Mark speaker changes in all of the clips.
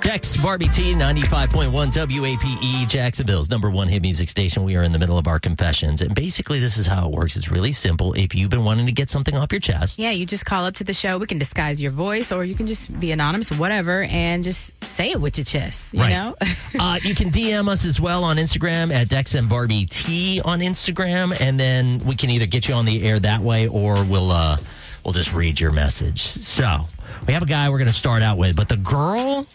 Speaker 1: Text Barbie T 95.1 WAPE E, Jacksonville's number one hit music station. We are in the middle of our confessions. And basically, this is how it works. It's really simple. If you've been wanting to get something off your chest,
Speaker 2: Yeah, you just call up to the show. We can disguise your voice or you can just be anonymous, whatever, and just say it with your chest, you
Speaker 1: Right.
Speaker 2: know?
Speaker 1: uh, you can DM us as well on Instagram at Dex and Barbie T on Instagram. And then we can either get you on the air that way or we'll, uh, we'll just read your message. So we have a guy we're going to start out with, but the girl,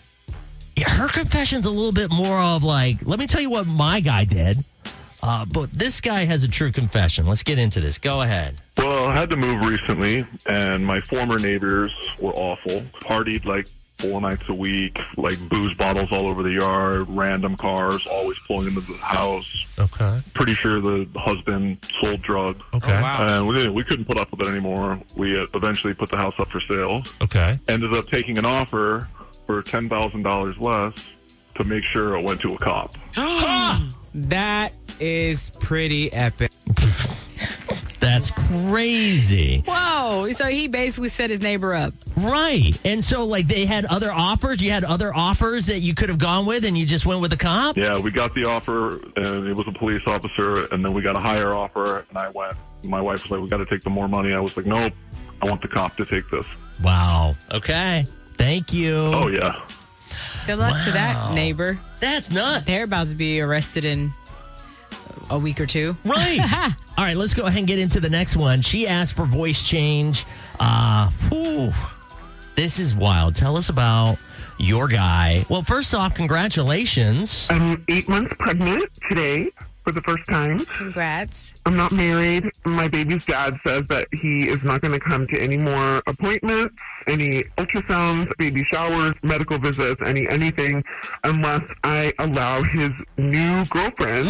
Speaker 1: yeah, her confession's a little bit more of like, let me tell you what my guy did. Uh, but this guy has a true confession. Let's get into this. Go ahead.
Speaker 3: Well, I had to move recently, and my former neighbors were awful. Partied like four nights a week, like booze bottles all over the yard, random cars always pulling into the house.
Speaker 4: Okay.
Speaker 3: Pretty sure the husband sold drugs.
Speaker 4: Okay.
Speaker 3: And we, didn't- we couldn't put up with it anymore. We uh, eventually put the house up for sale.
Speaker 4: Okay.
Speaker 3: Ended up taking an offer for $10,000 less to make sure it went to a cop.
Speaker 5: That is pretty epic.
Speaker 1: That's crazy.
Speaker 2: Whoa. So he basically set his neighbor up.
Speaker 1: Right. And so, like, they had other offers. You had other offers that you could have gone with, and you just went with the cop?
Speaker 3: Yeah, we got the offer, and it was a police officer, and then we got a higher offer, and I went. My wife was like, "We got to take the more money." I was like, "Nope, I want the cop to take this."
Speaker 1: Wow. Okay. Thank you.
Speaker 3: Oh yeah,
Speaker 2: Good luck to
Speaker 1: Wow.
Speaker 2: that neighbor.
Speaker 1: That's nuts.
Speaker 2: They're about to be arrested in a week or two.
Speaker 1: Right. All right, let's go ahead and get into the next one. She asked for voice change. Uh, whew. this is wild. Tell us about your guy. Well, first off, congratulations.
Speaker 6: I'm eight months pregnant today for the first time.
Speaker 2: Congrats.
Speaker 6: I'm not married. My baby's dad says that he is not going to come to any more appointments, any ultrasounds, baby showers, medical visits, any anything, unless I allow his new girlfriend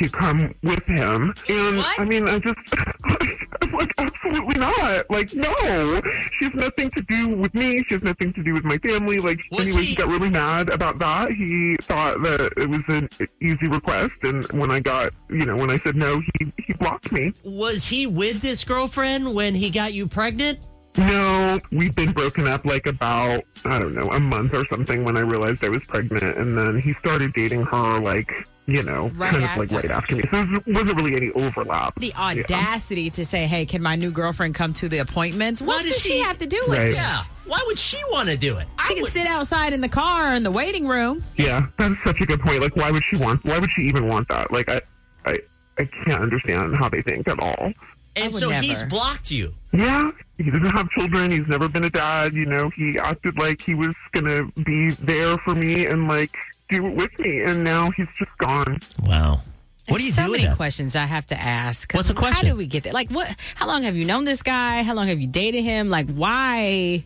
Speaker 6: to come with him. And
Speaker 2: What?
Speaker 6: I mean, I just. I'm Like, absolutely not. Like, no. She has nothing to do with me. She has nothing to do with my family. Like,
Speaker 1: Was
Speaker 6: anyway,
Speaker 1: he-
Speaker 6: she got really mad about that. He thought that it was an easy request, and when I got, you know, when I said no, he he blocked me.
Speaker 1: Was he with this girlfriend when he got you pregnant?
Speaker 6: No, we've been broken up like about I don't know a month or something when I realized I was pregnant, and then he started dating her like you know
Speaker 2: Right
Speaker 6: kind of
Speaker 2: after.
Speaker 6: like right after me. So there wasn't really any overlap.
Speaker 2: The
Speaker 6: Yeah.
Speaker 2: audacity to say, hey, can my new girlfriend come to the appointments? What, does she, have to do with
Speaker 6: Right.
Speaker 2: this?
Speaker 1: Yeah. Why would she want to do it?
Speaker 2: She can sit outside in the car in the waiting room.
Speaker 6: Yeah, that's such a good point. Like, why would she want? Why would she even want that? Like, I I I can't understand how they think at all.
Speaker 1: and
Speaker 2: would
Speaker 1: so he's
Speaker 2: never.
Speaker 1: blocked you.
Speaker 6: Yeah, he doesn't have children. He's never been a dad. You know, he acted like he was gonna be there for me and like do it with me, and now he's just gone.
Speaker 1: Wow. What do you
Speaker 2: There's so
Speaker 1: do with
Speaker 2: many
Speaker 1: that?
Speaker 2: questions I have to ask. 'Cause
Speaker 1: What's the question?
Speaker 2: How did we get there? Like, what? How long have you known this guy? How long have you dated him? Like, why?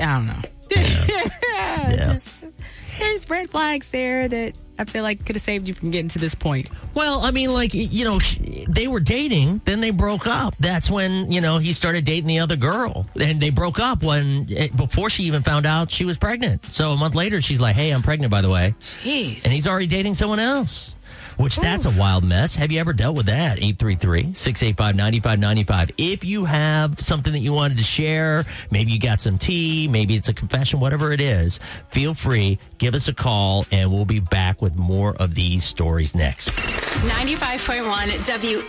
Speaker 2: I don't know. Just there's red flags there that I feel like could have saved you from getting to this point.
Speaker 1: Well, I mean, like, y- you know, sh they were dating, then they broke up. That's when, you know, he started dating the other girl. And they broke up when, eh, before she even found out she was pregnant. So a month later, she's like, hey, I'm pregnant, by the way.
Speaker 2: Jeez.
Speaker 1: And he's already dating someone else, which that's a wild mess. Have you ever dealt with that? 833 685 9595. If you have something that you wanted to share, maybe you got some tea, maybe it's a confession, whatever it is, feel free, give us a call, and we'll be back with more of these stories next.
Speaker 7: 95.1
Speaker 1: E.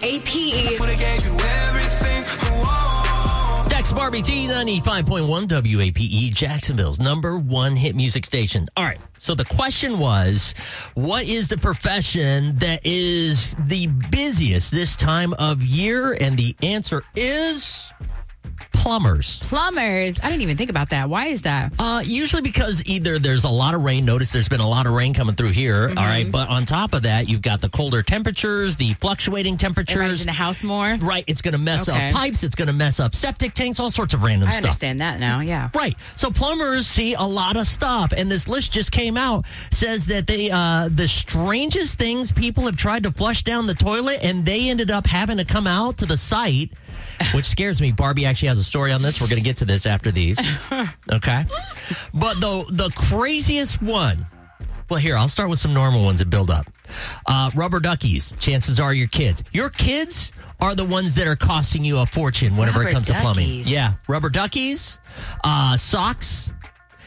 Speaker 7: WAPE.
Speaker 1: Dex Barbie T 95.1 WAPE, E, Jacksonville's number one hit music station. All right. So the question was, what is the profession that is the busiest this time of year? And the answer is plumbers.
Speaker 2: plumbers. I didn't even think about that. Why is that?
Speaker 1: Uh, usually because either there's a lot of rain. Notice there's been a lot of rain coming through here. all right.
Speaker 2: Mm-hmm.
Speaker 1: But on top of that, you've got the colder temperatures, the fluctuating
Speaker 2: Everybody's
Speaker 1: temperatures.
Speaker 2: in the house more.
Speaker 1: Right, it's going to mess
Speaker 2: Okay.
Speaker 1: up pipes. It's going to mess up septic tanks. All sorts of random
Speaker 2: I
Speaker 1: stuff.
Speaker 2: understand that now. Yeah.
Speaker 1: Right. So plumbers see a lot of stuff, and this list just came out says that they uh, the strangest things people have tried to flush down the toilet, and they ended up having to come out to the site, which scares me. Barbie actually has a story on this. We're going to get to this after these. Okay. But the the craziest one. Well, here I'll start with some normal ones and build up. Uh, rubber duckies. Chances are your kids. Your kids are the ones that are costing you a fortune whenever it
Speaker 2: Rubber
Speaker 1: comes to plumbing.
Speaker 2: duckies.
Speaker 1: Yeah, rubber duckies, uh, socks,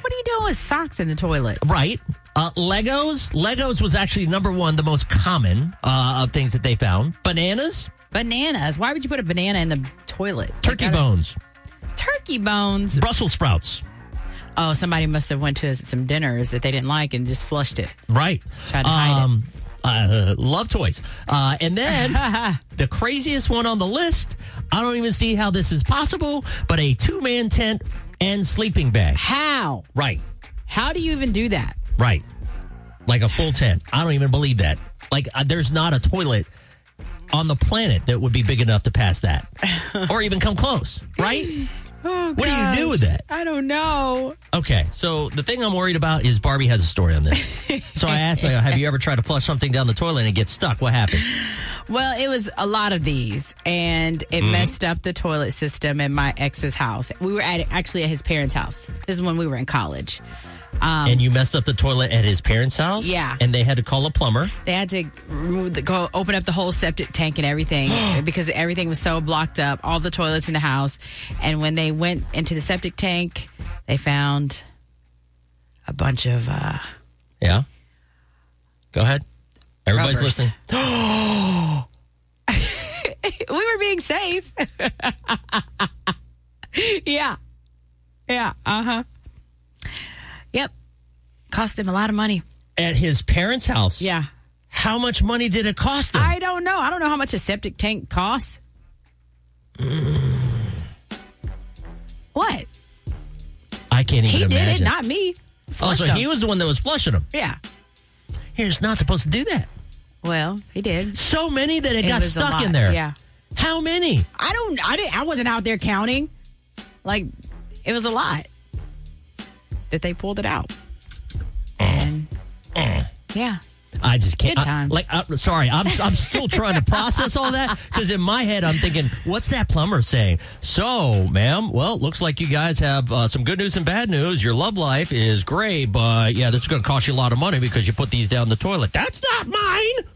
Speaker 2: what are you doing with socks in the toilet?
Speaker 1: Right. Uh, Legos. Legos was actually number one, the most common uh, of things that they found. Bananas,
Speaker 2: Bananas. Why would you put a banana in the toilet?
Speaker 1: turkey
Speaker 2: Like, I don't-
Speaker 1: bones,
Speaker 2: Turkey bones.
Speaker 1: Brussels sprouts.
Speaker 2: Oh, somebody must have went to some dinners that they didn't like and just flushed it.
Speaker 1: Right.
Speaker 2: Tried to hide it.
Speaker 1: uh, love toys. Uh, and then the craziest one on the list. I don't even see how this is possible, but a two man tent and sleeping bag.
Speaker 2: How?
Speaker 1: Right.
Speaker 2: How do you even do that?
Speaker 1: Right. Like a full tent. I don't even believe that. Like, uh, there's not a toilet on the planet that would be big enough to pass that or even come close. Right?
Speaker 2: Oh,
Speaker 1: What do you do with
Speaker 2: gosh.
Speaker 1: that?
Speaker 2: I don't know.
Speaker 1: Okay. So, the thing I'm worried about is Barbie has a story on this. so, I asked, like, have you ever tried to flush something down the toilet and it gets stuck? What happened?
Speaker 2: Well, it was a lot of these, and it messed up the toilet system at my ex's house. We were at actually at his parents' house. This is when we were in college.
Speaker 1: and you messed up the toilet at his parents' house?
Speaker 2: Um, Yeah.
Speaker 1: And they had to call a plumber.
Speaker 2: They had to remove the, go open up the whole septic tank and everything because everything was so blocked up. All the toilets in the house, and when they went into the septic tank, they found a bunch of uh,
Speaker 1: Yeah. Go ahead. Everybody's
Speaker 2: Rubbers.
Speaker 1: listening.
Speaker 2: we were being safe. yeah. Yeah. Uh huh. Yep. Cost them a lot of money.
Speaker 1: At his parents' house. How much money did it cost them?
Speaker 2: I don't know. I don't know how much a septic tank costs. what?
Speaker 1: I can't even
Speaker 2: He did
Speaker 1: imagine.
Speaker 2: it, not me.
Speaker 1: oh,
Speaker 2: Flushed
Speaker 1: so
Speaker 2: him.
Speaker 1: he was the one that was flushing them.
Speaker 2: yeah.
Speaker 1: You're just not supposed to do that.
Speaker 2: Well, he did.
Speaker 1: So many that it, got
Speaker 2: was a
Speaker 1: stuck in
Speaker 2: lot,
Speaker 1: there.
Speaker 2: Yeah.
Speaker 1: How many?
Speaker 2: I don't. I didn't. I wasn't out there counting. Like, it was a lot that they pulled it out. And yeah,
Speaker 1: I just can't.
Speaker 2: Good
Speaker 1: I-
Speaker 2: times.
Speaker 1: like, I'm sorry, I'm I'm still trying to process all that because in my head I'm thinking, what's that plumber saying? So, ma'am, well, looks like you guys have uh, some good news and bad news. Your love life is great, but yeah, this is going to cost you a lot of money because you put these down the toilet. That's not mine.